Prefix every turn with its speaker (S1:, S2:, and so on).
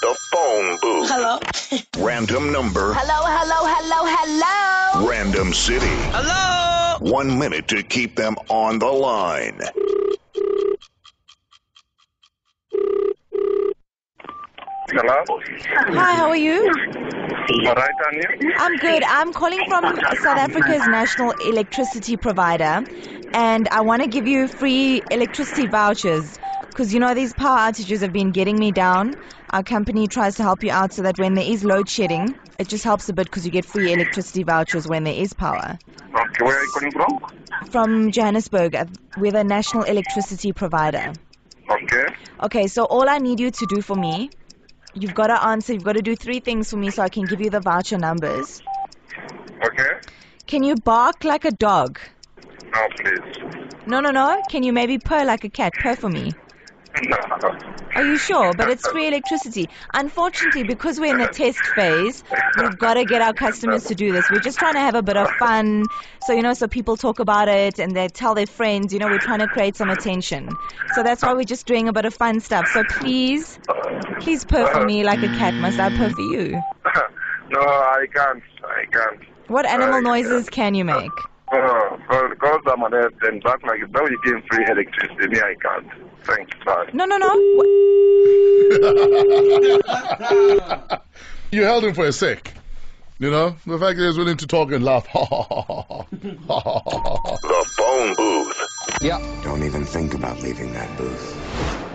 S1: phone booth.
S2: Hello.
S1: Random number.
S2: Hello, hello, hello, hello.
S1: Random city.
S3: Hello.
S1: One minute to keep them on the line.
S4: Hello?
S5: Hi, how are you?
S4: All right, Tanya?
S5: I'm good. I'm calling from South Africa's national electricity provider, and I want to give you free electricity vouchers because you know these power outages have been getting me down. Our company tries to help you out so that when there is load shedding, it just helps a bit because you get free electricity vouchers when there is power.
S4: Okay, where are you calling from?
S5: From Johannesburg, uh, we're the national electricity provider.
S4: Okay.
S5: Okay, so all I need you to do for me, you've got to answer, you've got to do three things for me so I can give you the voucher numbers.
S4: Okay.
S5: Can you bark like a dog?
S4: No, please.
S5: No, no, no. Can you maybe purr like a cat? Purr for me.
S4: No.
S5: Are you sure? But it's free electricity. Unfortunately, because we're in the test phase, we've got to get our customers to do this. We're just trying to have a bit of fun. So, you know, so people talk about it and they tell their friends, you know, we're trying to create some attention. So that's why we're just doing a bit of fun stuff. So please, please purr for me like a cat. Must I purr for you?
S4: no, I can't. I can't.
S5: What animal noises can you make?
S4: Oh, because I'm an earth and that like that you give free electricity. Me, I can't. Thanks, bye.
S5: No, no, no. Wha-
S6: You held him for a sec. You know, the fact that he was willing to talk and laugh. Ha ha ha ha ha. Ha ha ha ha ha.
S1: The phone booth.
S7: Don't even think about leaving that booth.